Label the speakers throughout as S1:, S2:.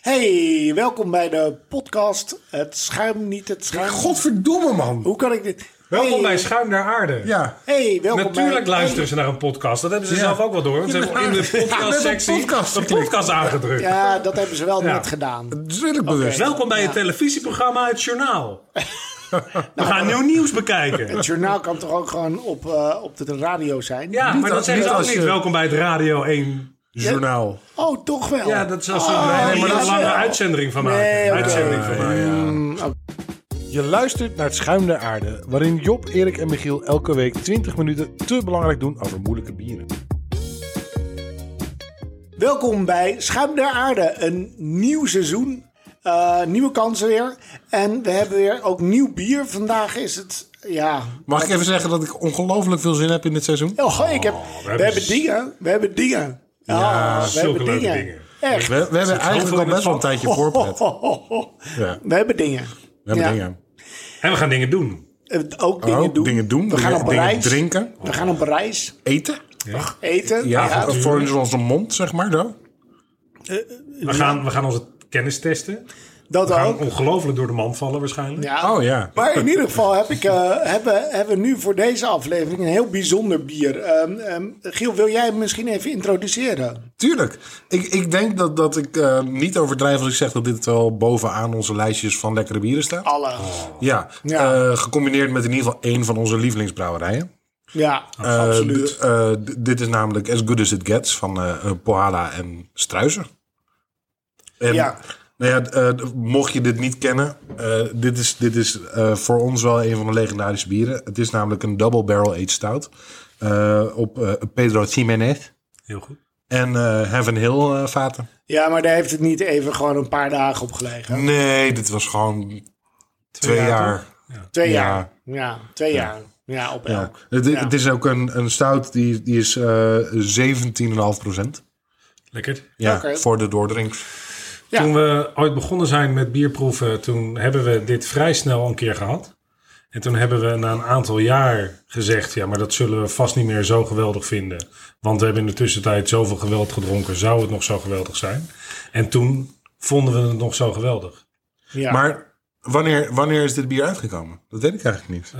S1: Hey, welkom bij de podcast. Het schuim niet het schuim.
S2: Godverdomme, man.
S1: Hoe kan ik dit?
S3: Welkom
S1: hey.
S3: bij Schuim naar Aarde.
S2: Ja.
S1: Hey, welkom
S3: Natuurlijk
S1: bij...
S3: luisteren ze naar een podcast. Dat hebben ze
S2: Ja.
S3: zelf ook wel door. Want ze
S2: Ja.
S3: hebben in de
S2: Ja,
S3: podcastsectie
S2: we hebben op podcast
S3: een
S2: geklikt.
S3: podcast aangedrukt.
S1: Ja, dat hebben ze wel
S3: Ja.
S1: net gedaan.
S2: Natuurlijk bewust.
S3: Welkom bij het televisieprogramma Het Journaal. We gaan nieuw nieuws bekijken.
S1: Het journaal kan toch ook gewoon op, eh, op de radio zijn?
S3: Ja, maar dat
S2: als-
S3: zeggen ze
S2: niet
S3: ook
S2: als
S3: niet.
S2: je-
S3: Welkom bij het Radio 1.
S2: Journaal.
S1: Oh, toch wel?
S3: Ja, dat is als
S1: Oh,
S3: een
S1: nee, maar dat
S3: hele
S1: is
S3: lange
S1: wel-
S3: uitzendering van maken.
S1: Nee, oké.
S3: Uitzending van maken.
S1: Mm, oké.
S2: Je luistert naar het Schuim der Aarde, waarin Job, Erik en Michiel elke week 20 minuten te belangrijk doen over moeilijke bieren.
S1: Welkom bij Schuim der Aarde. Een nieuw seizoen. eh, nieuwe kansen weer. En we hebben weer ook nieuw bier. Vandaag is het... Ja...
S2: Mag ik even zeggen dat ik ongelooflijk veel zin heb in dit seizoen?
S1: Oh, ik heb, we,
S3: hebben
S1: hebben
S3: z-
S1: dingen. We hebben dingen.
S2: Ja,
S1: Ah, we
S3: zulke
S1: hebben
S3: leuke
S1: dingen.
S3: dingen.
S1: Echt.
S2: We, we hebben
S3: zoveel
S2: eigenlijk al
S3: in het
S2: best wel een
S3: vat.
S2: tijdje voorpret. We
S1: Ho, ho, ho.
S2: Ja.
S1: We hebben dingen.
S2: hebben
S1: Ja.
S2: dingen.
S3: En we gaan dingen doen.
S1: Eh, Ook dingen
S2: Ook
S1: doen.
S2: Oh, dingen doen,
S1: We gaan
S2: dingen-
S1: op
S2: dingen
S1: reis.
S2: drinken.
S1: We gaan op reis.
S2: Eten? Ach,
S1: Eten.
S2: Ja,
S1: Ja.
S2: voor- voor onze mond, zeg maar. Zo.
S3: We gaan, we gaan onze kennis testen.
S1: Dat
S3: We gaan
S1: ook.
S3: ongelooflijk door de man vallen waarschijnlijk.
S1: Ja.
S2: Oh ja.
S1: Maar in ieder geval heb ik, eh, hebben, hebben we nu voor deze aflevering een heel bijzonder bier. Ehm, ehm, Giel, wil jij hem misschien even introduceren?
S2: Tuurlijk. Ik, ik denk dat, dat ik eh, niet overdrijf als ik zeg dat dit wel bovenaan onze lijstjes van lekkere bieren staat.
S1: Alle.
S2: Ja,
S1: Ja.
S2: eh, gecombineerd met in ieder geval één van onze lievelingsbrouwerijen.
S1: Ja,
S2: Eh,
S1: absoluut.
S2: d- eh, d- dit is namelijk As Good As It Gets van eh eh, Pohala en Struiser. En,
S1: Ja.
S2: Nou ja, d- eh, d- mocht je dit niet kennen, eh, dit is, dit is eh, voor ons wel een van de legendarische bieren. Het is namelijk een double barrel aged stout eh, op eh, Pedro Jiménez
S3: Heel goed.
S2: en eh Heaven Hill eh, vaten.
S1: Ja, maar daar heeft het niet even gewoon een paar dagen op gelegen.
S2: Nee, dit was gewoon twee, jaar.
S1: Twee
S2: Ja.
S1: jaar. Ja, twee jaar. Ja, op
S2: Ja.
S1: elk.
S2: Het,
S1: Ja.
S2: het is ook een, een stout die, die is eh 17,5 procent.
S3: Lekker.
S2: Ja,
S1: Oké.
S2: voor de doordrinks.
S1: Ja.
S3: Toen we ooit begonnen zijn met bierproeven, toen hebben we dit vrij snel een keer gehad. En toen hebben we na een aantal jaar gezegd, ja, maar dat zullen we vast niet meer zo geweldig vinden. Want we hebben in de tussentijd zoveel geweld gedronken, zou het nog zo geweldig zijn? En toen vonden we het nog zo geweldig.
S1: Ja.
S2: Maar wanneer, wanneer is dit bier uitgekomen? Dat weet ik eigenlijk niet.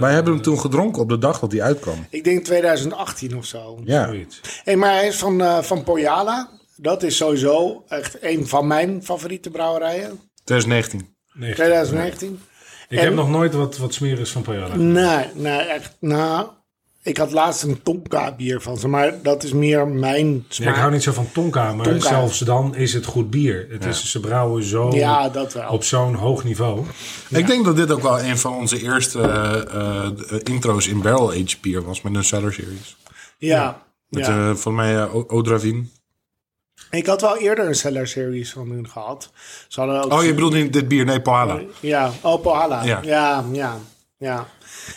S2: Wij hebben hem toen gedronken op de dag dat hij uitkwam.
S1: Ik denk 2018 of zo.
S2: Ja.
S3: Zoiets.
S1: Hey, maar hij is van, eh, van Poyala. Dat is sowieso echt een van mijn favoriete brouwerijen.
S2: 2019.
S3: Nee,
S1: 2019?
S3: ik heb nog nooit wat, wat smerigs van Pajala.
S1: Nee, nee, echt. Nou, ik had laatst een Tonka bier van ze, maar dat is meer mijn
S3: Ja,
S1: smaak.
S3: ik hou niet zo van tonka, maar
S1: Tonka.
S3: zelfs dan is het goed bier. Het is, ze brouwen zo
S1: Ja, dat wel.
S3: op zo'n hoog niveau.
S2: Ik denk dat dit ook wel een van onze eerste eh, eh, intro's in barrel aged bier was met een cellar series.
S1: Ja, ja.
S2: Met eh, volgens mij eh, O- Odravin.
S1: Ik had wel eerder een Cellar Series van hun gehad. Ze hadden ook
S2: Oh, je bedoelt niet dit bier? Nee, Pahala.
S1: Ja, oh, Pohalla. Ja,
S2: Ja.
S1: ja, ja.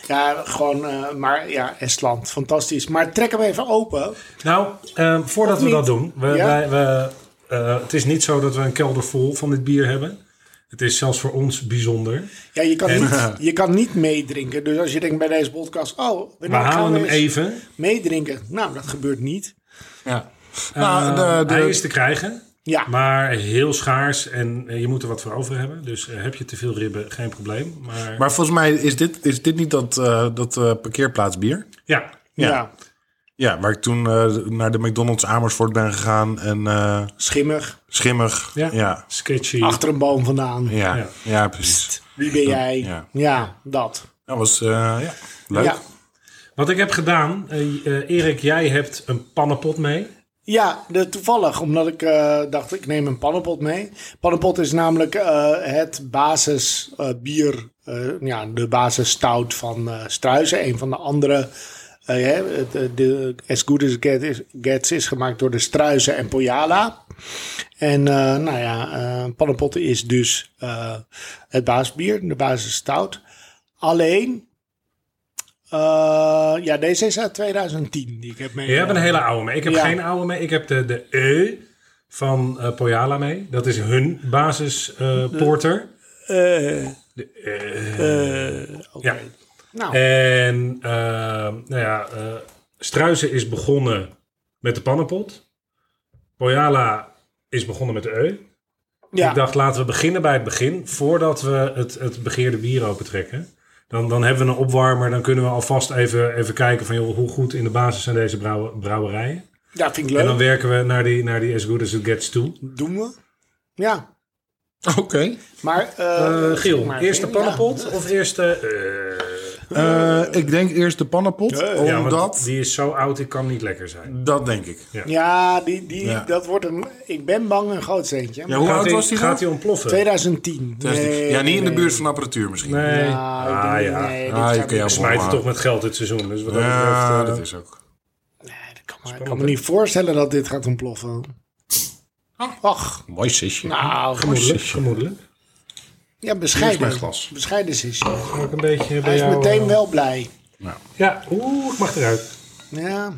S1: Ja, gewoon, eh, maar ja, Estland, fantastisch. Maar trek hem even open.
S3: Nou, eh, voordat
S1: Of
S3: we
S1: niet?
S3: dat doen. We,
S1: Ja?
S3: wij- we, eh, het is niet zo dat we een kelder vol van dit bier hebben. Het is zelfs voor ons bijzonder.
S1: Ja, je kan,
S3: En- eh,
S1: niet, je kan niet meedrinken. Dus als je denkt bij deze podcast, oh,
S3: We halen hem even.
S1: meedrinken. Nou, dat gebeurt niet.
S2: Ja. Nou, de-
S1: Eh,
S2: de-
S3: Eh, Hij is te krijgen,
S1: Ja,
S3: maar heel schaars. En eh, je moet er wat voor over hebben. Dus eh, heb je te veel ribben, geen probleem. Maar,
S2: Maar volgens mij is dit, is dit niet dat, eh, dat eh, parkeerplaatsbier?
S3: ja,
S1: ja.
S2: Ja, waar ik toen eh, naar de McDonald's Amersfoort ben gegaan en eh,
S1: schimmig,
S2: schimmig.
S3: ja,
S2: Ja, ja,
S3: sketchy.
S1: achter een boom vandaan.
S2: ja,
S3: Ja.
S2: precies.
S1: Wie ben jij? Ja,
S2: Ja.
S1: dat.
S2: Dat was eh, ja, leuk.
S1: Ja.
S3: Wat ik heb gedaan, eh, eh, Erik, jij hebt een pannenpot mee.
S1: Ja, de, toevallig, omdat ik eh, dacht, ik neem een pannenpot mee. Pannenpot is namelijk eh, het basisbier, eh, ja, de basisstout van eh Struisen. Een van de andere, eh, hè, het, eh, de As Good As It Get is- Gets is gemaakt door de Struisen en Poyala. En eh, nou ja, eh pannenpot is dus eh, het basisbier, de basisstout. Alleen, eh, ja, deze is uit 2010 die ik heb
S3: Je hebt
S1: meegenomen.
S3: een hele oude mee. Ik heb
S1: Ja.
S3: geen oude mee. Ik heb de, de E van eh Poyala mee. Dat is hun basis eh, porter.
S1: Eh,
S3: Ja.
S1: nou,
S3: En eh, nou ja, eh Struisen is begonnen met de pannenpot. Poyala is begonnen met de E.
S1: Ja.
S3: Ik dacht, laten we beginnen bij het begin, voordat we het, het begeerde bier opentrekken. Dan, dan hebben we een opwarmer, dan kunnen we alvast even, even kijken van joh, hoe goed in de basis zijn deze brouwe- brouwerijen.
S1: Ja, vind ik
S3: En dan
S1: leuk.
S3: werken we naar die, naar die As Good As It Gets toe.
S1: Doen we. Ja.
S2: Oké.
S1: Maar, eh
S3: Eh
S1: zeg
S3: Giel,
S1: maar,
S3: eerst de
S1: Giel, ja.
S3: pannenpot of eerst de... eh,
S2: Eh, ik denk eerst de pannenpot.
S3: ja, want
S2: omdat...
S3: die is zo oud, die kan niet lekker zijn.
S2: Dat denk ik.
S1: Ja, die, die,
S2: Ja.
S1: dat wordt een... Ik ben bang een groot centje.
S2: Ja, hoe
S3: gaat
S2: oud
S3: die,
S2: was die dan?
S3: Gaat die ontploffen?
S1: 2010. Nee,
S2: ja, niet in de
S1: nee.
S2: buurt van apparatuur misschien.
S3: Nee.
S1: Ja, ik
S3: ah
S1: denk-
S3: ja,
S1: nee, dit
S2: Ah,
S1: gaat
S2: je kan
S1: niet-
S2: jou
S3: smijten
S2: volhouden.
S3: toch met geld dit seizoen. Dus wat dat
S2: Ja,
S3: betreft, eh,
S2: dat is ook.
S1: Nee, dat kan maar- ik kan me niet voorstellen dat dit gaat ontploffen.
S2: Oh.
S1: Ach,
S2: Mooi sisje.
S1: nou,
S3: gemoedelijk. gemoedelijk.
S1: Ja,
S2: Hier
S1: bescheiden.
S2: is mijn glas. Oh,
S1: Bescheiden is hij.
S3: Mag ik een beetje bij
S1: Hij is
S3: jou,
S1: meteen
S3: eh,
S1: wel blij.
S3: Ja, oeh, ik mag eruit.
S1: Ja,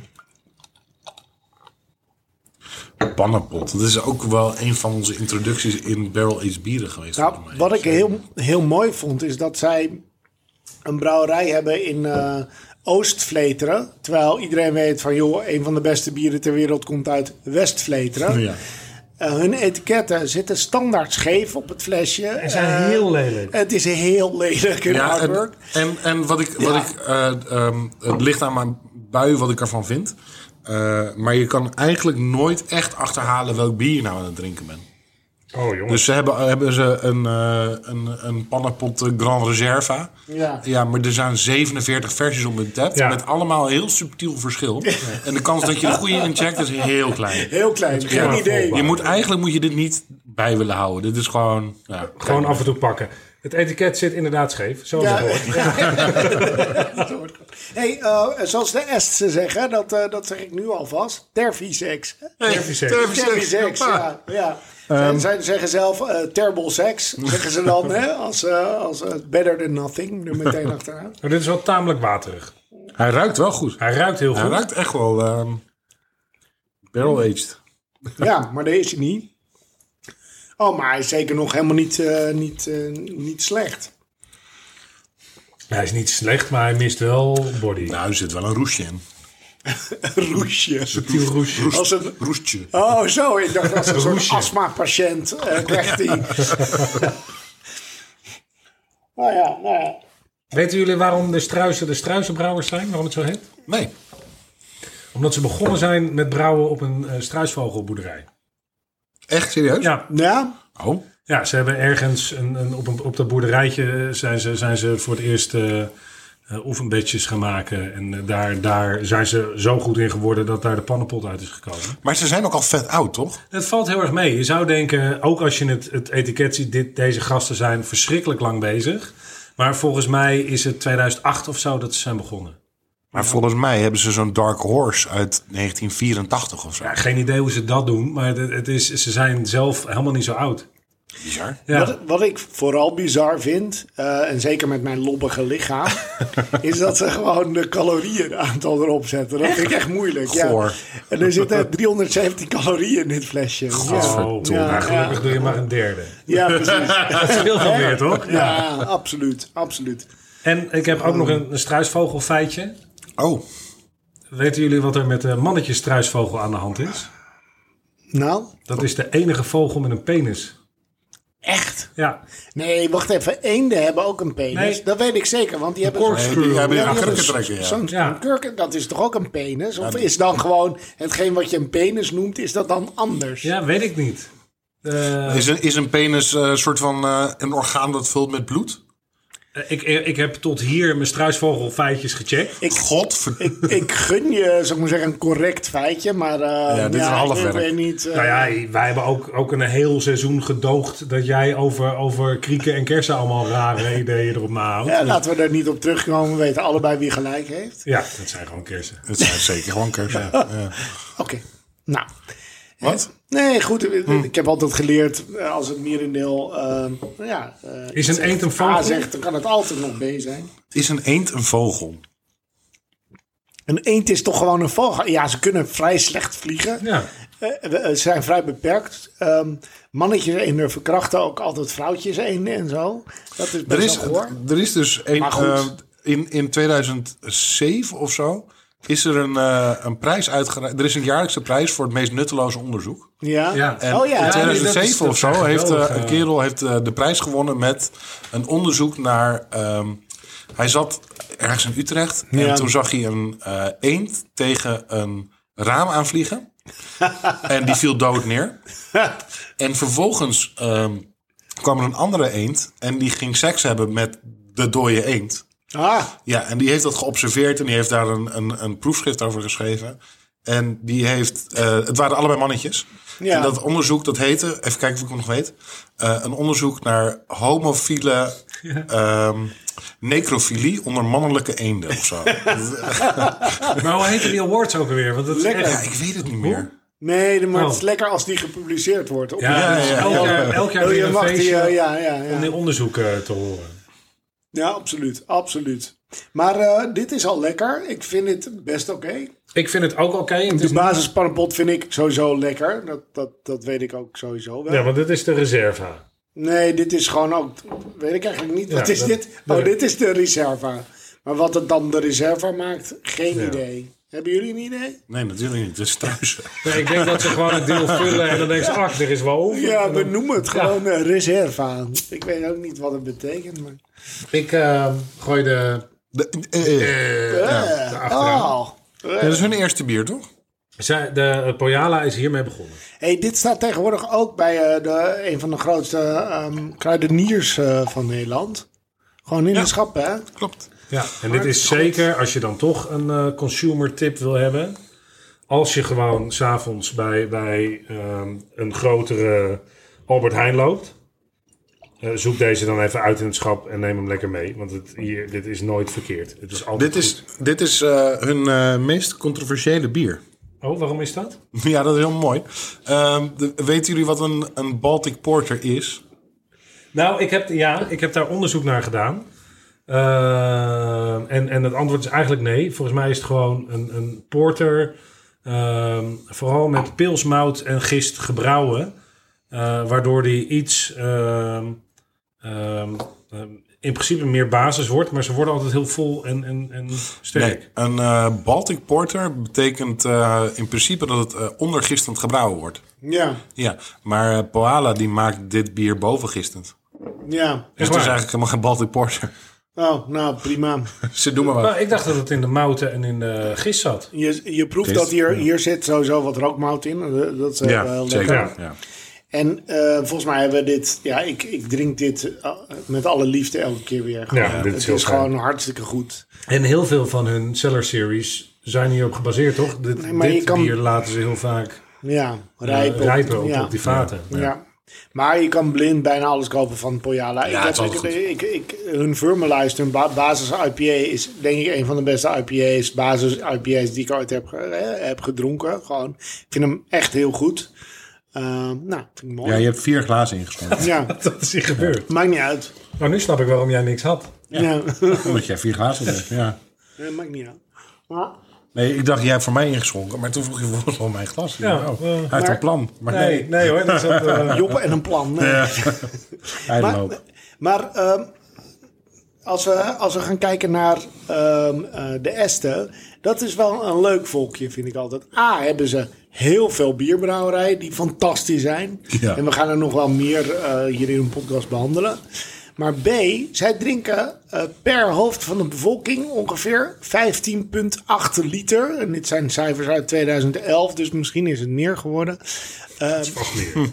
S2: Pannenpot. Dat is ook wel een van onze introducties in barrel aged bieren geweest. volgens
S1: nou,
S2: mij.
S1: wat ik heel, heel mooi vond is dat zij een brouwerij hebben in eh Oost-Vleteren. Terwijl iedereen weet van, joh, een van de beste bieren ter wereld komt uit West-Vleteren.
S2: Ja.
S1: Eh, hun etiketten zitten standaard scheef op het flesje.
S3: Ze zijn
S1: Eh,
S3: heel lelijk.
S1: Het is heel lelijk in
S2: Ja, en,
S1: artwork.
S2: en, en wat ik, wat ik eh, ehm, het ligt aan mijn bui wat ik ervan vind. Eh, maar je kan eigenlijk nooit echt achterhalen welk bier je nou aan het drinken bent.
S3: Oh jongens.
S2: Dus ze hebben, hebben ze een, eh, een, een pannenpot eh, Grand Reserva.
S1: Ja.
S2: ja, maar er zijn 47 versies op de tap.
S3: Ja.
S2: Met allemaal heel subtiel verschil. En de kans dat je de goede incheckt is heel klein.
S1: Heel klein, geen
S3: ja,
S1: idee.
S3: volbaar.
S2: Je moet, eigenlijk moet je dit niet bij willen houden. Dit is gewoon... Ja,
S3: Gewoon af en toe pakken. Het etiket zit inderdaad scheef, zoals
S1: Ja.
S3: het hoort.
S1: Hey, eh, zoals de Esten zeggen, dat, eh, dat zeg ik nu alvast. Tervisex.
S3: Servicex.
S1: Tervisex,
S2: ja.
S1: ja. ja. zij, zij zeggen zelf eh terrible sex, zeggen ze dan, hè, als, eh, als eh, better than nothing, er meteen achteraan.
S3: Maar Nou, dit is wel tamelijk waterig.
S2: Hij ruikt wel goed.
S3: Hij ruikt heel
S2: Hij
S3: goed.
S2: ruikt echt wel ehm, barrel-aged.
S1: Ja, maar dat is hij niet. Oh, maar hij is zeker nog helemaal niet, eh, niet, eh, niet slecht.
S3: Hij is niet slecht, maar hij mist wel body.
S2: Nou, er zit wel een roesje in.
S1: Roesje.
S3: Subtiel roesje.
S2: Roest-
S1: Als een-
S2: Roestje.
S1: Oh, zo. Ik dacht als een soort
S3: Roesje.
S1: astma-patiënt eh, krijgt hij. nou ja, nou ja.
S3: Weten jullie waarom de struisen de struisenbrouwers zijn? Waarom het zo heet?
S2: Nee.
S3: Omdat ze begonnen zijn met brouwen op een eh, struisvogelboerderij.
S2: Echt serieus?
S3: Ja,
S1: Ja,
S2: Oh.
S3: Ja, ze hebben ergens een, een, op, een, op dat boerderijtje eh, zijn ze, zijn ze voor het eerst eh eh, oefenbedjes gaan maken. En eh, daar, daar zijn ze zo goed in geworden dat daar de pannenpot uit is gekomen.
S2: Maar ze zijn ook al vet oud, toch?
S3: Het valt heel erg mee. Je zou denken, ook als je het, het etiket ziet, dit, deze gasten zijn verschrikkelijk lang bezig. Maar volgens mij is het 2008 of zo dat ze zijn begonnen.
S2: Maar volgens mij hebben ze zo'n Dark Horse uit 1984 of zo.
S3: Ja, geen idee hoe ze dat doen, maar het, het is, ze zijn zelf helemaal niet zo oud.
S2: Bizar.
S3: Ja.
S1: Wat, wat ik vooral bizar vind, eh, en zeker met mijn lobbige lichaam, is dat ze gewoon de calorieën aantal erop zetten. Dat vind ik echt moeilijk.
S2: Goor.
S1: Ja. En er zitten 317 calorieën in dit flesje. Ja.
S3: Oh,
S2: Ja,
S3: nou, gelukkig
S1: ja.
S3: doe je maar een derde.
S1: ja, precies.
S3: Dat scheelt dan weer, toch?
S1: Ja, absoluut. Absoluut.
S3: En ik heb ook nog een, een struisvogelfeitje.
S2: Oh.
S3: Weten jullie wat er met de mannetjes struisvogel aan de hand is?
S1: Nou,
S3: Dat is de enige vogel met een penis.
S1: echt?
S3: Ja,
S1: Nee, wacht even. Eenden hebben ook een penis.
S3: Nee.
S1: Dat weet ik zeker, want die hebben...
S2: Nee, die hebben
S1: Ja,
S2: een
S1: die
S2: kurken
S1: hebben
S2: trekken, ja.
S1: Zo'n
S3: Ja.
S1: zo'n kurken, dat is toch ook een penis? Of is dan gewoon hetgeen wat je een penis noemt, is dat dan anders?
S3: ja weet ik niet. Eh,
S2: Is een, is een penis een soort van eh, een orgaan dat vult met bloed?
S3: ik, ik heb tot hier mijn struisvogelfeitjes gecheckt.
S2: Ik, God.
S1: Ik gun je, zou ik maar zeggen, een correct feitje, maar eh, ja,
S2: dit is een half
S1: ik
S2: werk.
S1: weet niet. eh,
S3: Nou ja, wij hebben ook, ook een heel seizoen gedoogd dat jij over, over krieken en kersen allemaal rare ideeën erop nahoudt.
S1: ja, laten we daar niet op terugkomen. We weten allebei wie gelijk heeft.
S3: Ja, dat zijn gewoon kersen.
S2: Het zijn zeker gewoon kersen. Ja.
S1: Oké, nou.
S2: Wat?
S1: Nee, goed. ik- Ik heb altijd geleerd, eh, als het merendeel... eh, ja, eh,
S3: Is een eend een
S1: A
S3: vogel?
S1: zegt, dan kan het altijd nog B zijn.
S2: Is een eend een vogel?
S1: Een eend is toch gewoon een vogel? Ja, ze kunnen vrij slecht vliegen.
S3: Ja.
S1: Eh, we- eh, ze zijn vrij beperkt. Ehm, mannetjes eenden verkrachten ook altijd vrouwtjes eenden en zo. Dat is dus best
S2: Er is,
S1: wel goor.
S2: er is dus een.
S1: Maar goed.
S2: eh, in, in 2007 of zo is er een, eh, een prijs uitgereikt. Er is een jaarlijkse prijs voor het meest nutteloze onderzoek.
S1: Ja?
S3: Ja.
S2: En
S1: oh ja,
S2: in
S3: dat is-
S2: 2007
S3: dat
S2: of
S3: is
S2: zo
S3: geweldig,
S2: heeft eh, een
S3: eh.
S2: kerel heeft, eh, de prijs gewonnen met een onderzoek naar. ehm, hij zat ergens in Utrecht en
S1: Ja.
S2: toen zag hij een eh, eend tegen een raam aanvliegen. en die viel dood neer. En vervolgens ehm, kwam er een andere eend en die ging seks hebben met de dode eend.
S1: Ah,
S2: Ja, en die heeft dat geobserveerd en die heeft daar een, een, een proefschrift over geschreven. En die heeft, eh, het waren allebei mannetjes.
S1: Ja.
S2: En dat onderzoek, dat heette, even kijken of ik het nog weet. eh, een onderzoek naar homofiele ehm, necrofilie onder mannelijke eenden of zo.
S3: Maar hoe heette die awards ook alweer? Want dat is
S1: Lekker.
S2: ja,
S3: echt-
S2: ik weet het niet meer.
S1: nee, maar het is
S3: Oh.
S1: lekker als die gepubliceerd wordt. Op-
S3: Ja,
S2: Ja,
S3: dus
S2: ja, ja.
S3: elk jaar, elk jaar
S1: Oh,
S3: weer
S1: je
S3: een
S1: mag die,
S3: feestje
S1: eh, ja, ja,
S3: om
S1: ja.
S3: die onderzoeken eh, te horen.
S1: ja, absoluut, absoluut. Maar eh, dit is al lekker. Ik vind dit best oké.
S3: Ik vind het ook oké. het
S1: De
S3: is-
S1: basispannenpot vind ik sowieso lekker. Dat, dat, dat weet ik ook sowieso wel.
S3: Ja, want dit is de reserve.
S1: Nee, dit is gewoon ook... Weet ik eigenlijk niet.
S3: Ja,
S1: wat is
S3: dat-
S1: dit? Oh,
S3: dat-
S1: dit is de reserva. Maar wat het dan de reserva maakt, geen
S3: Ja.
S1: idee. Hebben jullie een idee?
S2: Nee, natuurlijk niet. Het is struisen.
S3: Nee, ik denk dat ze gewoon het deel vullen en dan denken ze, ach, er is wel over.
S1: Ja,
S3: En
S1: we
S3: dan-
S1: noemen het gewoon eh, reserva. Ik weet ook niet wat het betekent, maar...
S3: Ik eh, gooi de...
S2: De- eh, eh.
S3: eh,
S1: Eh,
S3: erachteraan.
S1: oh.
S2: Ja, dat is hun eerste bier, toch?
S3: zij- de eh, Poyala is hiermee begonnen.
S1: Hey, dit staat tegenwoordig ook bij eh, de, een van de grootste ehm, kruideniers eh, van Nederland. Gewoon in de schap, hè?
S2: Klopt.
S3: Ja, en dit is zeker als je dan toch een eh, consumer tip wil hebben. Als je gewoon s'avonds bij, bij ehm, een grotere Albert Heijn loopt. eh, zoek deze dan even uit in het schap en neem hem lekker mee. Want het, hier, dit is nooit verkeerd. Het is altijd
S2: Dit is, dit is eh, hun eh, meest controversiële bier.
S3: goed. Oh, waarom is dat?
S2: Ja, dat is heel mooi. Ehm, de- weten jullie wat een, een Baltic Porter is?
S3: Nou, ik heb, ja, ik heb daar onderzoek naar gedaan. Eh, en, en het antwoord is eigenlijk nee. Volgens mij is het gewoon een, een porter. ehm, vooral met pilsmout en gist gebrouwen. eh, waardoor die iets. ehm, ehm, ehm, in principe meer basis wordt. Maar ze worden altijd heel vol en, en, en sterk.
S2: Een eh, Baltic Porter betekent eh, in principe dat het eh, ondergistend gebrouwen wordt.
S1: Ja,
S2: Ja, maar eh, Poala die maakt dit bier bovengistend.
S1: ja.
S2: Dus het
S3: waar?
S2: is eigenlijk helemaal geen Baltic Porter.
S1: Oh, nou, prima.
S2: Ze doen maar wat.
S3: Nou, ik dacht dat het in de mouten en in de gist zat.
S1: Je, je proeft
S2: Dit-
S1: dat hier, hier zit sowieso wat rookmout in. Eh, Dat is eh, wel
S2: Ja,
S1: lekker.
S2: zeker.
S3: Ja.
S2: Ja.
S1: En eh, volgens mij hebben we dit... Ja, ik, ik drink dit eh, met alle liefde elke keer weer. Gewoon,
S3: Ja, dit is
S1: het
S3: heel
S1: is
S3: fijn.
S1: gewoon hartstikke goed.
S3: En heel veel van hun seller series zijn hierop gebaseerd, toch? Dit,
S1: Nee, maar je
S3: dit
S1: kan-
S3: bier laten ze heel vaak
S1: Ja, rijp.
S3: rijpen, rijpen op,
S1: ja.
S3: op die vaten.
S1: Ja. Maar je kan blind bijna alles kopen van Poyala.
S2: Ja,
S1: ik
S2: het
S1: heb,
S2: is
S1: ik,
S2: altijd
S1: ik, ik- hun Vermelijst, hun ba- basis IPA is denk ik een van de beste IPA's, basis IPA's die ik ooit heb, ge- eh, heb gedronken. Gewoon, ik vind hem echt heel goed. Ehm, nou, vind ik mooi.
S2: ja,
S1: Ja,
S2: je hebt vier glazen ingeschonken.
S3: Dat is hier gebeurd.
S1: maakt niet uit.
S3: Maar nu snap ik waarom jij niks had.
S1: Ja,
S2: Omdat jij vier glazen hebt. Ja.
S1: Ja, maakt niet uit. Maar,
S2: Nee, ik dacht, jij hebt voor mij ingeschonken. Maar toen vroeg je volgens mij om mijn glas.
S3: Ja,
S2: Ja, oh,
S3: eh,
S2: hij heeft
S1: maar-
S2: een plan. Maar nee,
S3: Nee, nee hoor. Dat is dat, eh,
S1: Joppen en een plan. nee.
S2: Ja. hij
S1: Maar,
S2: loopt.
S1: maar ehm, als, we, als we gaan kijken naar ehm, eh, de Esten, dat is wel een leuk volkje, vind ik altijd. A, hebben ze heel veel bierbrouwerijen die fantastisch zijn.
S2: Ja.
S1: En we gaan er nog wel meer eh, hier in een podcast behandelen. Maar B, zij drinken eh, per hoofd van de bevolking ongeveer 15,8 liter. En dit zijn cijfers uit 2011, dus misschien is het meer geworden. Ehm,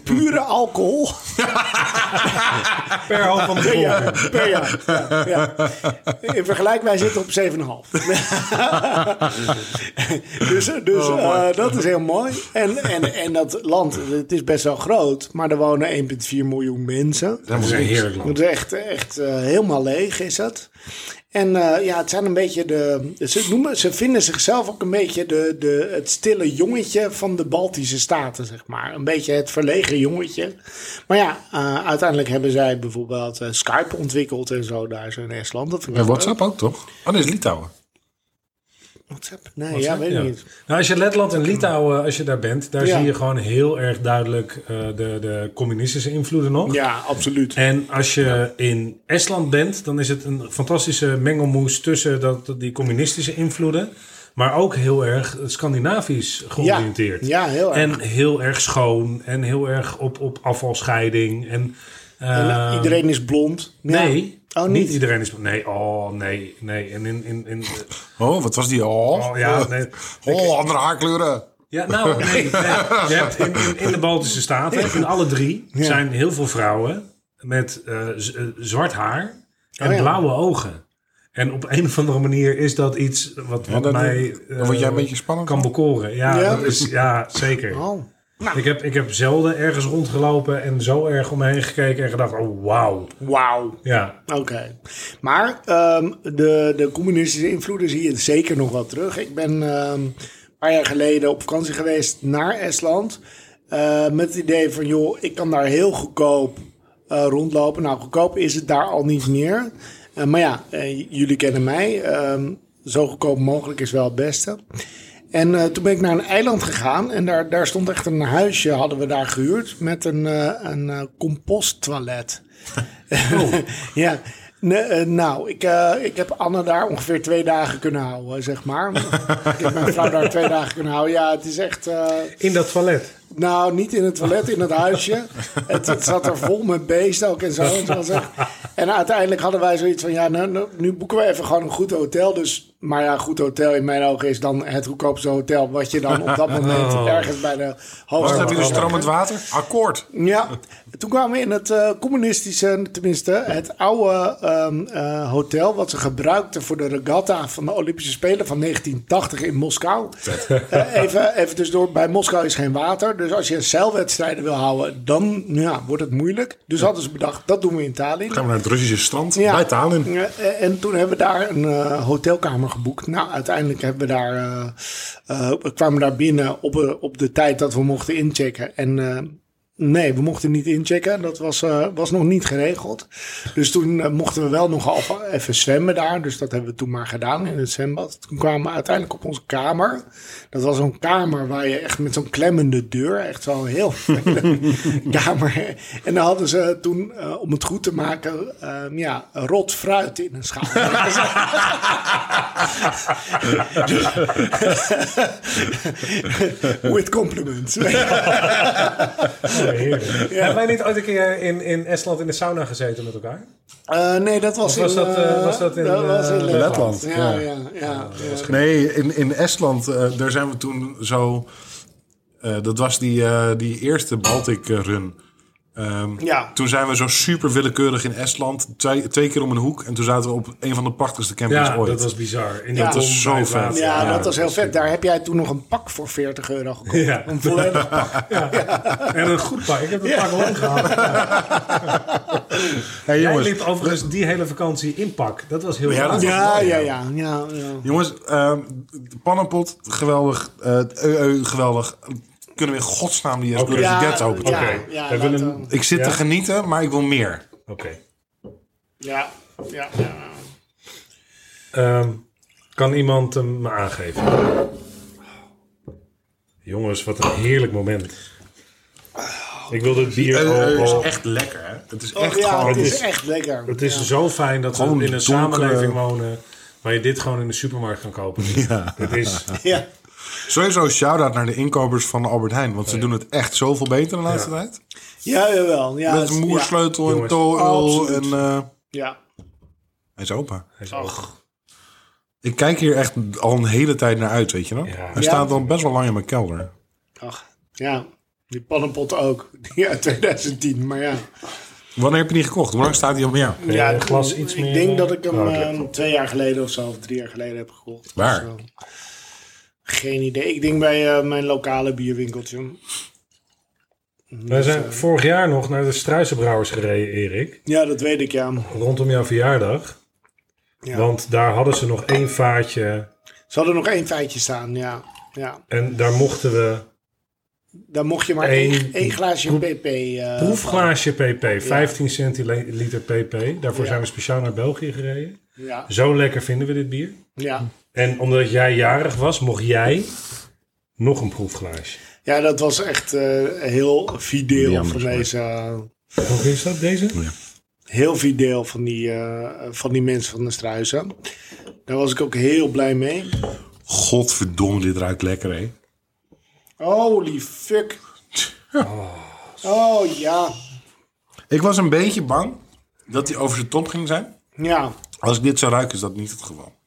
S1: pure alcohol.
S3: per hoofd van de volgende.
S1: Ja, per jaar. Ja, ja. In vergelijk, wij zitten op 7,5. dus dus
S2: Oh, mooi.
S1: eh, dat is heel mooi. En, en, en dat land, het is best wel groot, maar er wonen 1,4 miljoen mensen.
S3: Dat is een heerlijk land.
S1: Het is echt, echt eh, helemaal leeg, is het. En eh, ja, het zijn een beetje de. Ze, noemen, ze vinden zichzelf ook een beetje de, de, het stille jongetje van de Baltische Staten, zeg maar. Een beetje het verlegen jongetje. Maar ja, eh, uiteindelijk hebben zij bijvoorbeeld eh, Skype ontwikkeld en zo daar zo in Estland. Dat vind ik
S2: En
S1: wel
S2: WhatsApp ook, toch? Oh, dat is Litouwen.
S1: leuk. Eh, WhatsApp? Nee, ja, weet ik
S3: Ja.
S1: niet.
S3: Nou, als je Letland en Litouwen, eh, als je daar bent, daar
S1: Ja.
S3: zie je gewoon heel erg duidelijk eh, de, de communistische invloeden nog.
S1: Ja, absoluut.
S3: En als je in Estland bent, dan is het een fantastische mengelmoes tussen dat, die communistische invloeden. Maar ook heel erg Scandinavisch georiënteerd.
S1: Ja, ja, heel erg.
S3: En heel erg schoon. En heel erg op, op afvalscheiding. En,
S1: En, eh,
S3: eh,
S1: iedereen is blond. Ja.
S3: Nee.
S1: Oh,
S3: niet.
S1: niet?
S3: iedereen is... Nee, oh, nee, nee. En in... in, in
S2: Oh, wat was die? Oh,
S3: oh, ja, nee.
S2: oh andere haarkleuren.
S3: Ja, nou, nee, nee. Je hebt in, in, in de Baltische Staten, in alle drie, zijn heel veel vrouwen met eh, z- eh, zwart haar en
S1: Oh ja.
S3: blauwe ogen. En op een of andere manier is dat iets wat, wat
S2: dat-
S3: mij
S2: dan word jij
S3: eh,
S2: een beetje spannend
S3: kan
S2: van.
S3: bekoren. Ja,
S1: Ja?
S3: Dat is, ja zeker. Nou.
S1: Oh.
S3: Ik, heb, ik heb zelden ergens rondgelopen en zo erg om me heen gekeken en gedacht, oh wauw.
S1: Wauw.
S3: Ja,
S1: Oké. Maar ehm, de, de communistische invloeden zie je zeker nog wel terug. Ik ben ehm, een paar jaar geleden op vakantie geweest naar Estland. eh, met het idee van, joh, ik kan daar heel goedkoop eh, rondlopen. Nou, goedkoop is het daar al niet meer. Eh, maar ja, eh, j- jullie kennen mij. Ehm, zo goedkoop mogelijk is wel het beste. En eh, toen ben ik naar een eiland gegaan. En daar, daar stond echt een huisje, hadden we daar gehuurd. Met een, eh, een eh, composttoilet. ja. Nee, eh, nou, ik, eh, ik heb Anne daar ongeveer twee dagen kunnen houden, zeg maar. ik heb mijn vrouw daar twee dagen kunnen houden. Ja, het is echt... eh,
S3: in dat toilet.
S1: nou, niet in het toilet, in het huisje. Het, het zat er vol met beesten ook en zo. Het was echt- En uiteindelijk hadden wij zoiets van... ja, nou, nou, nu boeken we even gewoon een goed hotel. Dus, maar ja, goed hotel in mijn ogen is dan het goedkoopste hotel... wat je dan op dat moment ergens bij de
S2: Was dat
S1: hoofdstad...
S2: in een stromend water? Akkoord.
S1: Ja, toen kwamen we in het eh, communistische, tenminste het oude ehm, eh, hotel... wat ze gebruikten voor de regatta van de Olympische Spelen van 1980 in Moskou. Eh, even, even tussendoor, bij Moskou is geen water. Dus als je zeilwedstrijden wil houden, dan ja, wordt het moeilijk. Dus hadden ze bedacht, dat doen we in Tallinn.
S2: Gaan we naar het Russische strand?
S1: Ja.
S2: Bij Tallinn.
S1: Ja, eh, en toen hebben we daar een eh, hotelkamer geboekt. Nou, uiteindelijk hebben we daar, eh, eh, we kwamen daar binnen op, eh, op de tijd dat we mochten inchecken. En eh, nee, we mochten niet inchecken. Dat was, eh, was nog niet geregeld. Dus toen eh, mochten we wel nog al even zwemmen daar. Dus dat hebben we toen maar gedaan in het zwembad. Toen kwamen we uiteindelijk op onze kamer. Dat was zo'n kamer waar je echt met zo'n klemmende deur, echt zo'n heel vervelende kamer. En dan hadden ze toen, eh, om het goed te maken, eh, ja, rot fruit in een schaal. With compliments.
S3: Oh, heerlijk. Hebben wij niet ooit een keer in, in Estland in de sauna gezeten met elkaar?
S1: Eh, nee, dat was,
S3: Of was
S1: in,
S3: dat, eh,
S1: eh,
S3: was dat in,
S1: was
S3: eh,
S2: Letland?
S1: Ja, ja,
S2: Ja.
S1: ja. ja.
S2: Nee, in, in Estland, eh, daar zijn we toen zo... eh, dat was die, eh, die eerste Baltic eh, run. Ehm,
S1: Ja.
S2: Toen zijn we zo super willekeurig in Estland. Twee, twee keer om een hoek. En toen zaten we op een van de prachtigste campings
S3: Ja,
S2: ooit.
S3: dat was bizar. In
S1: Ja.
S3: dat
S1: Dat
S2: was zo vet.
S1: Ja,
S2: Ja,
S1: dat was heel vet. Daar heb jij toen nog een pak voor 40 euro gekocht.
S3: Ja.
S1: Een volledig pak.
S3: En een goed pak. Ik heb een pak lang gehad.
S2: hey,
S3: Jij
S2: jongens,
S3: liep overigens die hele vakantie in pak. Dat was Dus heel
S2: Ja,
S3: raar.
S2: dat-
S1: Ja, ja, ja, ja, ja.
S2: jongens ehm, de pannenpot, geweldig. eh eu, eu, geweldig. Kunnen we in godsnaam die
S3: Oké.
S2: okay.
S1: Ja,
S2: Get open
S1: ja,
S3: Oké.
S1: ja,
S3: We
S1: laten
S3: willen-
S1: we-
S2: Ik zit
S3: Ja.
S2: te genieten, maar ik wil meer.
S3: Oké.
S1: Ja, ja, ja.
S3: Ehm, kan iemand hem me aangeven? Jongens, wat een heerlijk moment. Ik wil dit bier
S2: Eh, eh,
S3: al-
S2: het
S3: al-
S2: is echt lekker, hè? Het is
S1: Oh,
S2: echt
S1: ja,
S2: gewoon...
S1: het is
S3: het is-
S1: echt lekker.
S3: Het is zo fijn dat
S2: Gewoon
S3: we in een
S2: donkere-
S3: samenleving wonen... waar je dit gewoon in de supermarkt kan kopen. Ja. Het is...
S1: Ja.
S2: Sowieso een shout-out naar de inkopers van Albert Heijn. Want ze doen het echt zoveel beter de laatste
S3: Ja.
S2: tijd.
S1: Ja, jawel. Ja,
S2: Met
S1: het-
S2: een moersleutel en
S3: Jongens,
S2: tool en...
S1: absoluut.
S2: eh,
S1: Ja.
S2: hij is opa.
S1: Och.
S2: Ik kijk hier echt al een hele tijd naar uit, weet je nog?
S3: Ja.
S2: Hij
S3: Ja.
S2: staat al best wel lang in mijn kelder.
S1: Ach, ja. Die pannenpot ook. Die uit 2010, maar ja.
S2: Wanneer heb je die gekocht? Hoe lang staat die op jou?
S1: ja
S3: een glas iets
S1: ik
S3: meer,
S1: denk
S3: eh,
S1: dat ik hem
S3: oh, dat
S1: eh,
S3: lukt
S1: twee jaar geleden of zo, of drie jaar geleden heb gekocht.
S2: Waar?
S1: Of zo. Geen idee. Ik denk bij eh, mijn lokale bierwinkeltje.
S3: Wij zijn vorig jaar nog naar de Struisenbrouwers gereden, Erik.
S1: Ja, dat weet ik, ja.
S3: rondom jouw verjaardag.
S1: Ja.
S3: Want daar hadden ze nog één vaatje.
S1: Ze hadden nog één feitje staan, ja. ja.
S3: En daar mochten we
S1: Daar mocht je maar
S3: Eén
S1: één, één glaasje pp. eh,
S3: proefglaasje pp. 15 centiliter pp. Daarvoor zijn we speciaal naar België gereden.
S1: Ja,
S3: Zo lekker vinden we dit bier.
S1: ja.
S3: En omdat jij jarig was, mocht jij nog een proefglaasje.
S1: ja, dat was echt eh, heel fideel van deze... eh,
S3: Hoe is dat, deze?
S1: heel veel deel van die, eh, van die mensen van de struisen. Daar was ik ook heel blij mee.
S2: Godverdomme, dit ruikt lekker, hè?
S1: Holy fuck. Oh ja.
S2: Ik was een beetje bang dat hij over zijn top ging zijn.
S1: Ja.
S2: Als ik dit zou ruiken, is dat niet het geval.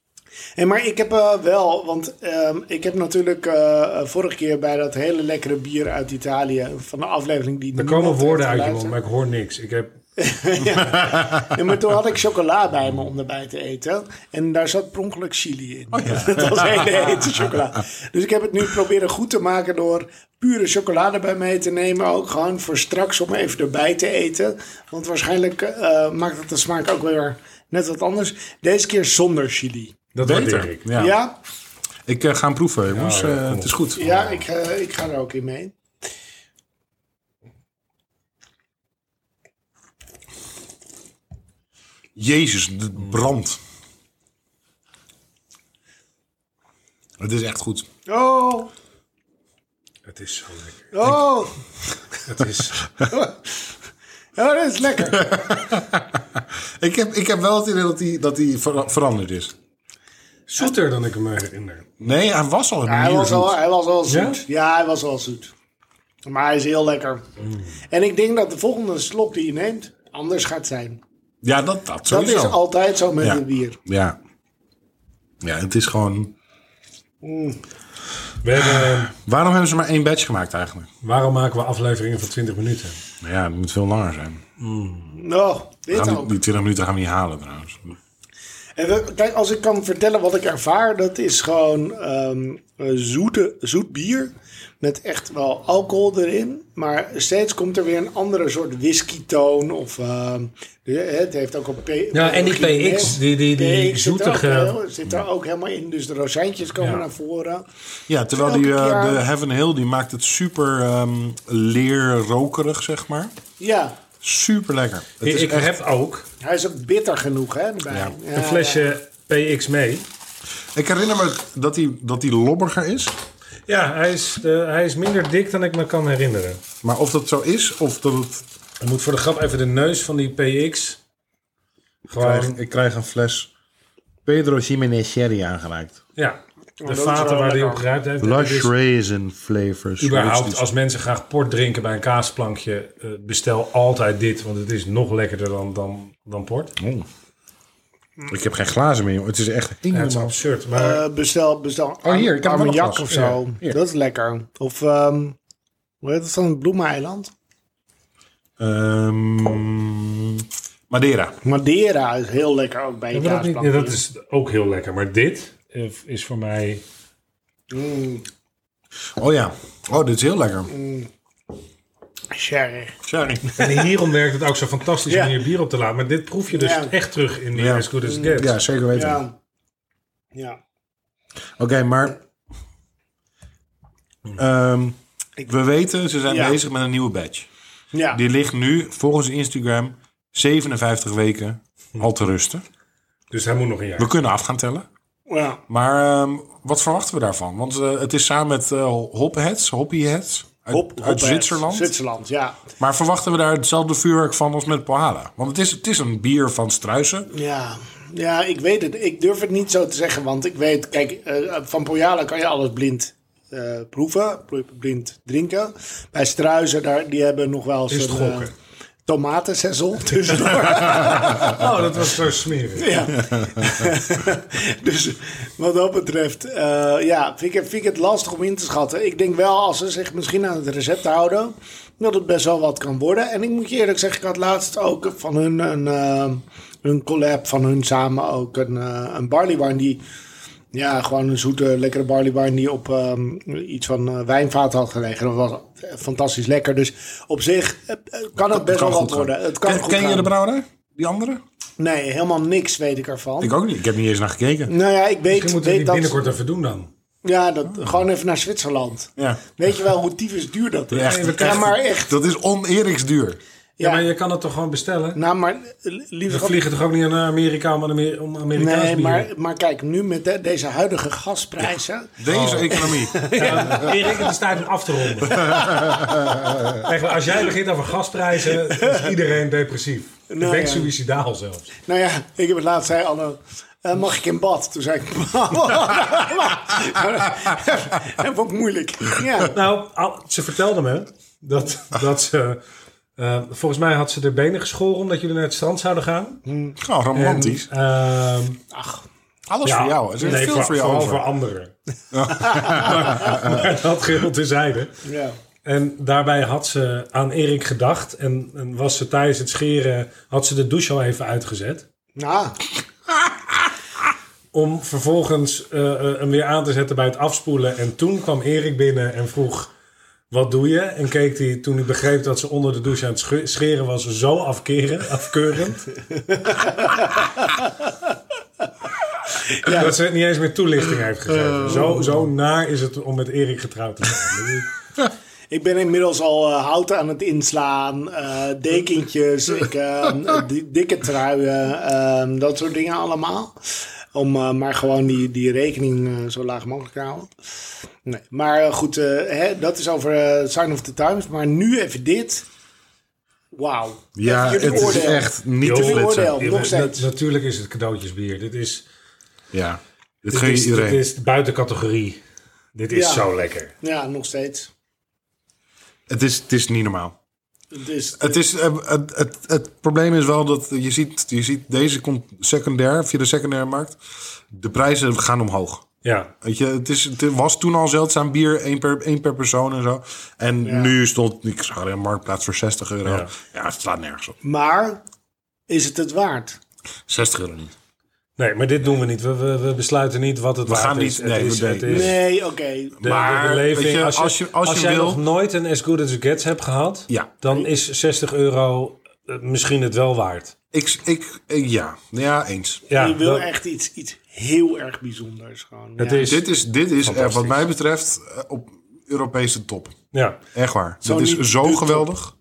S1: Hey, maar ik heb eh, wel, want ehm, ik heb natuurlijk eh, eh, vorige keer bij dat hele lekkere bier uit Italië van de aflevering die.
S3: Er komen woorden uit je mond, maar ik hoor niks. Ik heb,
S1: Ja, maar toen had ik chocola bij me om erbij te eten. En daar zat per ongeluk chili in. Dat was hele hete chocola. Dus ik heb het nu proberen goed te maken door pure chocolade bij mee te nemen. Ook gewoon voor straks om even erbij te eten. Want waarschijnlijk eh, maakt het de smaak ook weer net wat anders. Deze keer zonder chili.
S3: dat
S2: Beter.
S3: waardeer ik.
S2: Ja.
S1: Ja,
S2: Ik eh, ga hem proeven, jongens.
S3: ja,
S2: Eh,
S3: kom
S2: het is
S3: op.
S2: goed.
S1: ja ik, eh, ik ga er ook in mee.
S2: Jezus, het brandt. Het is echt goed.
S1: Oh,
S3: Het is zo lekker.
S1: oh,
S3: Het is,
S1: ja, dat is lekker.
S2: Ik heb, ik heb wel het idee dat hij dat die ver- veranderd is.
S3: zoeter dan ik me herinner.
S2: Nee, hij was al een
S1: Hij
S2: manier
S1: was, al,
S2: zoet.
S1: hij was al zoet.
S3: Ja?
S1: Ja? hij was al zoet. Maar hij is heel lekker.
S2: Mm.
S1: En ik denk dat de volgende slok die je neemt anders gaat zijn.
S2: Ja, dat, dat
S1: Dat
S2: sowieso.
S1: is altijd zo met
S2: Ja.
S1: het bier.
S2: Ja. Ja, het is gewoon...
S3: We hebben,
S2: Waarom hebben ze maar één batch gemaakt eigenlijk?
S3: waarom maken we afleveringen van 20 minuten?
S2: Nou Ja, het moet veel langer zijn.
S1: Oh, dit
S2: Gaan die,
S1: ook.
S2: die 20 minuten gaan we niet halen trouwens.
S1: En we- kijk, als ik kan vertellen wat ik ervaar, dat is gewoon ehm, eh, zoete, zoet bier. Met echt wel alcohol erin. Maar steeds komt er weer een andere soort whisky-toon. Of, ehm, de- het heeft ook een P.
S3: Ja, en die PX, die- die- die
S1: PX zit er ook
S3: zoetige-
S1: heel- zit er ook helemaal in. Dus de rozijntjes komen
S3: Ja.
S1: naar voren.
S2: Ja, terwijl
S1: Elke
S2: die, eh,
S1: keer-
S2: de Heaven Hill, die maakt het super ehm, leerrokerig, zeg maar.
S1: Ja,
S2: Super lekker. Het
S3: Ik,
S2: is
S3: ik
S2: echt-
S3: heb ook
S1: hij is ook bitter genoeg, hè? erbij.
S2: Ja.
S1: Ja,
S3: een flesje PX mee.
S2: ik herinner me dat die, dat die lobberger is.
S3: Ja, hij is, eh, hij is minder dik dan ik me kan herinneren.
S2: Maar of dat zo is, of dat het...
S3: Ik moet voor de grap even de neus van die PX.
S2: Ik
S3: Gewoon,
S2: krijg- ik krijg een fles Pedro Jiménez Sherry aangereikt.
S3: ja. De
S1: dat is wel
S3: vaten waar die
S1: lekker.
S3: op geruimd heeft. Dit
S2: Lush
S3: is
S2: raisin flavors.
S3: Überhaupt,
S2: Richly-
S3: als mensen graag port drinken bij een kaasplankje, eh, bestel altijd dit. Want het is nog lekkerder dan, dan, dan port.
S2: Oh. Mm. Ik heb geen glazen meer, jongen. Het is echt
S3: Ja, het is
S2: helemaal...
S3: absurd. Maar
S1: Eh, bestel, bestel
S2: Oh, hier, ik heb hem wel
S1: Armagnac
S2: nog
S1: of
S2: vast. Ja,
S1: zo.
S2: hier.
S1: Dat is lekker. Of, ehm, hoe heet het dan? Bloemeiland?
S2: Ehm, Madeira.
S1: Madeira is heel lekker ook bij je
S3: hebben we dat, niet-
S1: kaasplant.
S3: ja, dat is ook heel lekker. Maar dit eh, is voor mij...
S1: Mm,
S2: Oh ja. Oh, dit is heel lekker.
S1: sherry.
S2: Sorry.
S3: En hierom werkt het ook zo fantastisch
S1: Ja.
S3: om hier bier op te laten. Maar dit proef je dus
S1: Ja.
S3: echt terug in die
S2: Ja.
S3: As Good As It Gets.
S2: Ja, zeker weten.
S1: Ja. ja.
S2: Oké, maar... ehm, we weten, ze zijn
S1: Ja.
S2: bezig met een nieuwe badge.
S1: Ja.
S2: Die ligt nu, volgens Instagram, 57 weken al te rusten.
S3: Dus hij moet nog een jaar.
S2: We kunnen af gaan tellen.
S1: ja.
S2: Maar ehm, wat verwachten we daarvan? Want eh, het is samen met eh Hopheads, Hobbyheads uit,
S1: Hop,
S2: uit
S1: hop, hè.
S2: Zwitserland.
S1: eh, Zwitserland, ja.
S2: Maar verwachten we daar hetzelfde vuurwerk van als met Pohana? Want het is, het is een bier van Struisen.
S1: Ja. Ja, ik weet het. Ik durf het niet zo te zeggen, want ik weet... Kijk, eh, van Poyala kan je alles blind eh, proeven, blind drinken. Bij Struizen, daar, die hebben nog wel eens
S3: Is het
S1: een, eh,
S3: gokken?
S1: tomatensaison tussendoor.
S3: Oh, dat was zo smerig.
S1: Ja. dus wat dat betreft, eh, ja, vind ik, vind ik het lastig om in te schatten. Ik denk wel, als ze zich misschien aan het recept houden, dat het best wel wat kan worden. En ik moet je eerlijk zeggen, ik had laatst ook van hun een, eh, een collab, van hun samen ook een, eh, een barley wine die... Ja, gewoon een zoete, lekkere barley wine die op ehm, iets van eh, wijnvaten had gelegen. Dat was fantastisch lekker. Dus op zich eh, eh, kan het best wel
S2: goed
S1: wat
S2: gaan.
S1: worden. Het kan
S2: ken
S1: goed
S2: ken je
S1: gaan.
S2: de brouwerij? Die andere?
S1: Nee, helemaal niks weet ik ervan.
S2: Ik ook niet. Ik heb niet eens naar gekeken.
S1: Nou ja, ik weet,
S3: Misschien moeten we
S1: weet
S3: die
S1: dat.
S3: binnenkort even doen dan.
S1: Ja, dat, gewoon even naar Zwitserland.
S2: Ja.
S1: Weet je wel hoe tyfus duur dat is?
S2: Echt,
S1: ja,
S2: echt.
S1: maar echt.
S2: Dat is oneringsduur.
S3: Ja,
S1: Ja.
S3: maar je kan het toch gewoon bestellen?
S1: Nou, maar eh, lieve
S3: We
S1: schat,
S3: vliegen toch ook niet naar Amerika om, een Amer- om Amerikaans
S1: Nee,
S3: bier?
S1: maar, maar kijk, nu met de- deze huidige gasprijzen.
S2: Deze
S1: Oh.
S2: economie.
S3: Ja, Erik, het is tijd om af te ronden. Echt, als jij begint over gasprijzen, is iedereen depressief. ik
S1: Nou
S3: ben
S1: ja.
S3: suicidaal zelfs.
S1: Nou ja, ik heb het laatst zei Anne, eh, mag ik in bad? Toen zei ik, "Oh, dat oh, vond ik moeilijk. Ja.
S3: Nou, al- ze vertelde me dat,
S2: Ah.
S3: dat ze... eh, volgens mij had ze de benen geschoren omdat jullie naar het strand zouden gaan.
S2: Gewoon romantisch.
S3: En, ehm,
S1: Ach,
S2: Alles voor jou. Er is
S3: nee,
S2: veel
S3: voor-
S2: Ehm, voor jou
S3: vooral
S2: over.
S3: voor anderen. maar dat geheel tezijde.
S1: ja.
S3: En daarbij had ze aan Erik gedacht. En, en was ze tijdens het scheren, had ze de douche al even uitgezet.
S1: Nou,
S3: Om vervolgens eh, eh, hem weer aan te zetten bij het afspoelen. En toen kwam Erik binnen en vroeg, wat doe je? En keek hij, toen hij begreep dat ze onder de douche aan het sche- scheren was, zo afkeren, afkeurend. Dat ze het niet eens meer toelichting heeft
S1: Oh.
S3: gegeven. Zo, zo naar is het om met Erik getrouwd te zijn.
S1: ik ben inmiddels al eh, houten aan het inslaan, eh, dekentjes, ik, ehm, eh, di- dikke truien, ehm, dat soort dingen allemaal. Om eh, maar gewoon die, die rekening eh, zo laag mogelijk te houden. Nee, maar eh, goed, eh, hè, dat is over eh, Sign of the Times. Maar nu even dit. Wauw.
S2: Ja,
S1: Even jullie
S2: het is
S1: oordeel.
S2: echt niet
S3: Joh,
S2: te
S1: Jullie
S2: flitsen.
S1: oordeel.
S3: Ja,
S1: nog
S3: maar
S1: steeds.
S3: na- Natuurlijk is het cadeautjesbier. Dit is,
S2: Ja, dit
S3: dit
S2: gun je
S3: is, dit
S2: iedereen.
S3: is buiten categorie. Dit is
S1: Ja.
S3: zo lekker.
S1: Ja, nog steeds.
S2: Het is, het is niet normaal.
S1: Het is,
S2: Het, is, eh, het, het, het probleem is wel dat je ziet, je ziet deze komt secundair, via de secundaire markt. De prijzen gaan omhoog.
S3: Ja,
S2: Weet je, het, is, het was toen al zeldzaam bier, één per, één per persoon en zo. En nu stond, ik zag een marktplaats voor 60 euro. Ja.
S3: Ja.
S2: het slaat nergens op.
S1: maar is het het waard?
S2: 60 euro niet.
S3: nee, maar dit doen we niet. We, we, we besluiten niet wat het we
S2: gaan niet-
S3: is. Het
S2: nee,
S3: is,
S2: we-
S3: het
S2: nee.
S3: is
S1: Nee, oké.
S3: de,
S2: Maar,
S3: de beleving.
S2: weet je,
S3: als, je,
S2: als je- als je
S3: jij
S2: wil-
S3: nog nooit een As Good As It Gets hebt gehad,
S2: Ja.
S3: dan is 60 euro eh, misschien het wel waard.
S2: Ik, ik, eh, ja. ja, eens.
S3: Ja,
S1: je wil
S3: dat-
S1: echt iets, iets heel erg bijzonders. Gewoon.
S3: het
S1: Ja.
S3: is,
S2: Dit is, dit is eh, wat
S3: Fantastisch.
S2: mij betreft eh, op Europese top.
S3: ja.
S2: Echt waar.
S1: Zo
S2: dit
S1: niet
S2: is zo
S1: de top.
S2: geweldig.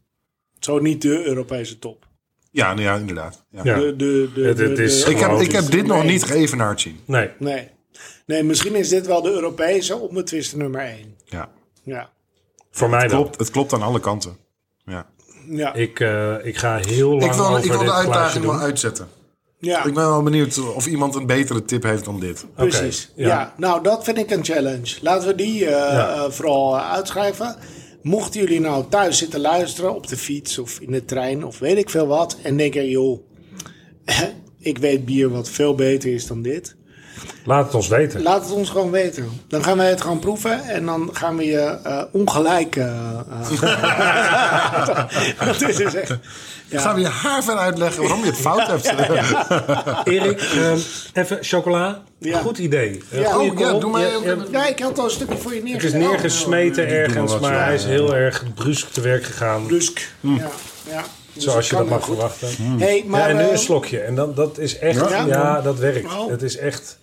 S1: Zo niet de Europese top.
S2: Ja, nou ja, inderdaad. Ja.
S3: Ja.
S1: De, de, de,
S3: Het- het
S1: de-
S3: is
S1: de-
S2: Ik, heb, ik heb dit nog
S1: Nee.
S2: niet geëvenaard zien.
S3: Nee,
S1: Nee. nee, misschien is dit wel de Europese onbetwiste nummer 1.
S2: Ja.
S1: Ja.
S3: voor mij wel.
S2: Klopt, het klopt aan alle kanten. Ja.
S1: Ja.
S3: Ik, eh, ik ga heel lang
S2: Ik wil,
S3: over
S2: ik wil
S3: dit
S2: de
S3: glaasje
S2: uitdaging
S3: doen.
S2: wel uitzetten.
S1: ja.
S2: Ik ben wel benieuwd of iemand een betere tip heeft dan dit.
S1: Precies.
S3: Oké, ja.
S1: ja. nou dat vind ik een challenge. Laten we die eh, eh, vooral eh, uitschrijven. Mochten jullie nou thuis zitten luisteren op de fiets of in de trein of weet ik veel wat. En denken, joh, ik weet bier wat veel beter is dan dit.
S3: Laat het ons weten.
S1: Laat het ons gewoon weten. Dan gaan wij het gewoon proeven en dan gaan we je eh, ongelijk... eh, eh, Want dit is echt...
S2: Ik ga weer haar ver uitleggen waarom je het fout hebt. Oh Ja,
S3: Erik, ehm, even chocola.
S1: Ja.
S3: Goed idee. Eh,
S1: Ja.
S3: goede
S1: Oh,
S2: ja,
S3: korrel.
S2: doe mij
S3: Je-
S2: ook
S3: je-
S2: een-
S1: Ja, ik had al een stukje voor je
S3: Het
S1: neergezet. Oh,
S3: is neergesmeten ergens,
S2: maar wat,
S3: maar
S2: ja.
S3: hij is heel erg brusk te werk gegaan.
S1: Brusk. Ja, ja. Dus
S3: zoals je
S1: kan
S3: dat mag
S1: heel goed.
S3: verwachten.
S1: Hey, maar,
S3: Ja, en nu
S1: eh,
S3: een slokje. En dan, dat is echt,
S1: Ja?
S3: ja, dat werkt.
S1: Oh.
S3: Het is echt...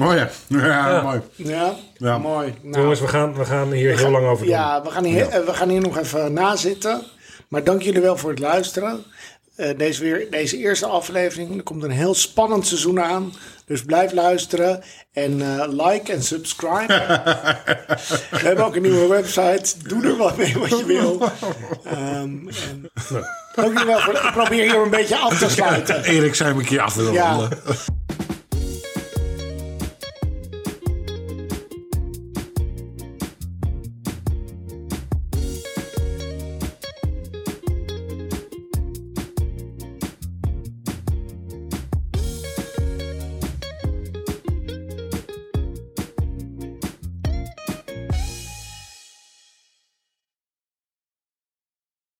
S2: Oh ja. Ja, mooi.
S1: Ja,
S2: Ja.
S1: mooi. Nou,
S3: Jongens, we gaan, we gaan hier heel lang over doen.
S1: ja, we gaan, hier, eh, we gaan hier nog even nazitten. Maar dank jullie wel voor het luisteren. Eh, deze, weer, deze eerste aflevering. Er komt een heel spannend seizoen aan. Dus blijf luisteren. En eh, like en subscribe. we hebben ook een nieuwe website. Doe er wat mee wat je wil. Ehm, en-
S3: Nou.
S1: Dank jullie wel voor Ik probeer hier een beetje af te sluiten.
S2: Erik zei hem een keer af te
S1: Ja.
S2: ronden.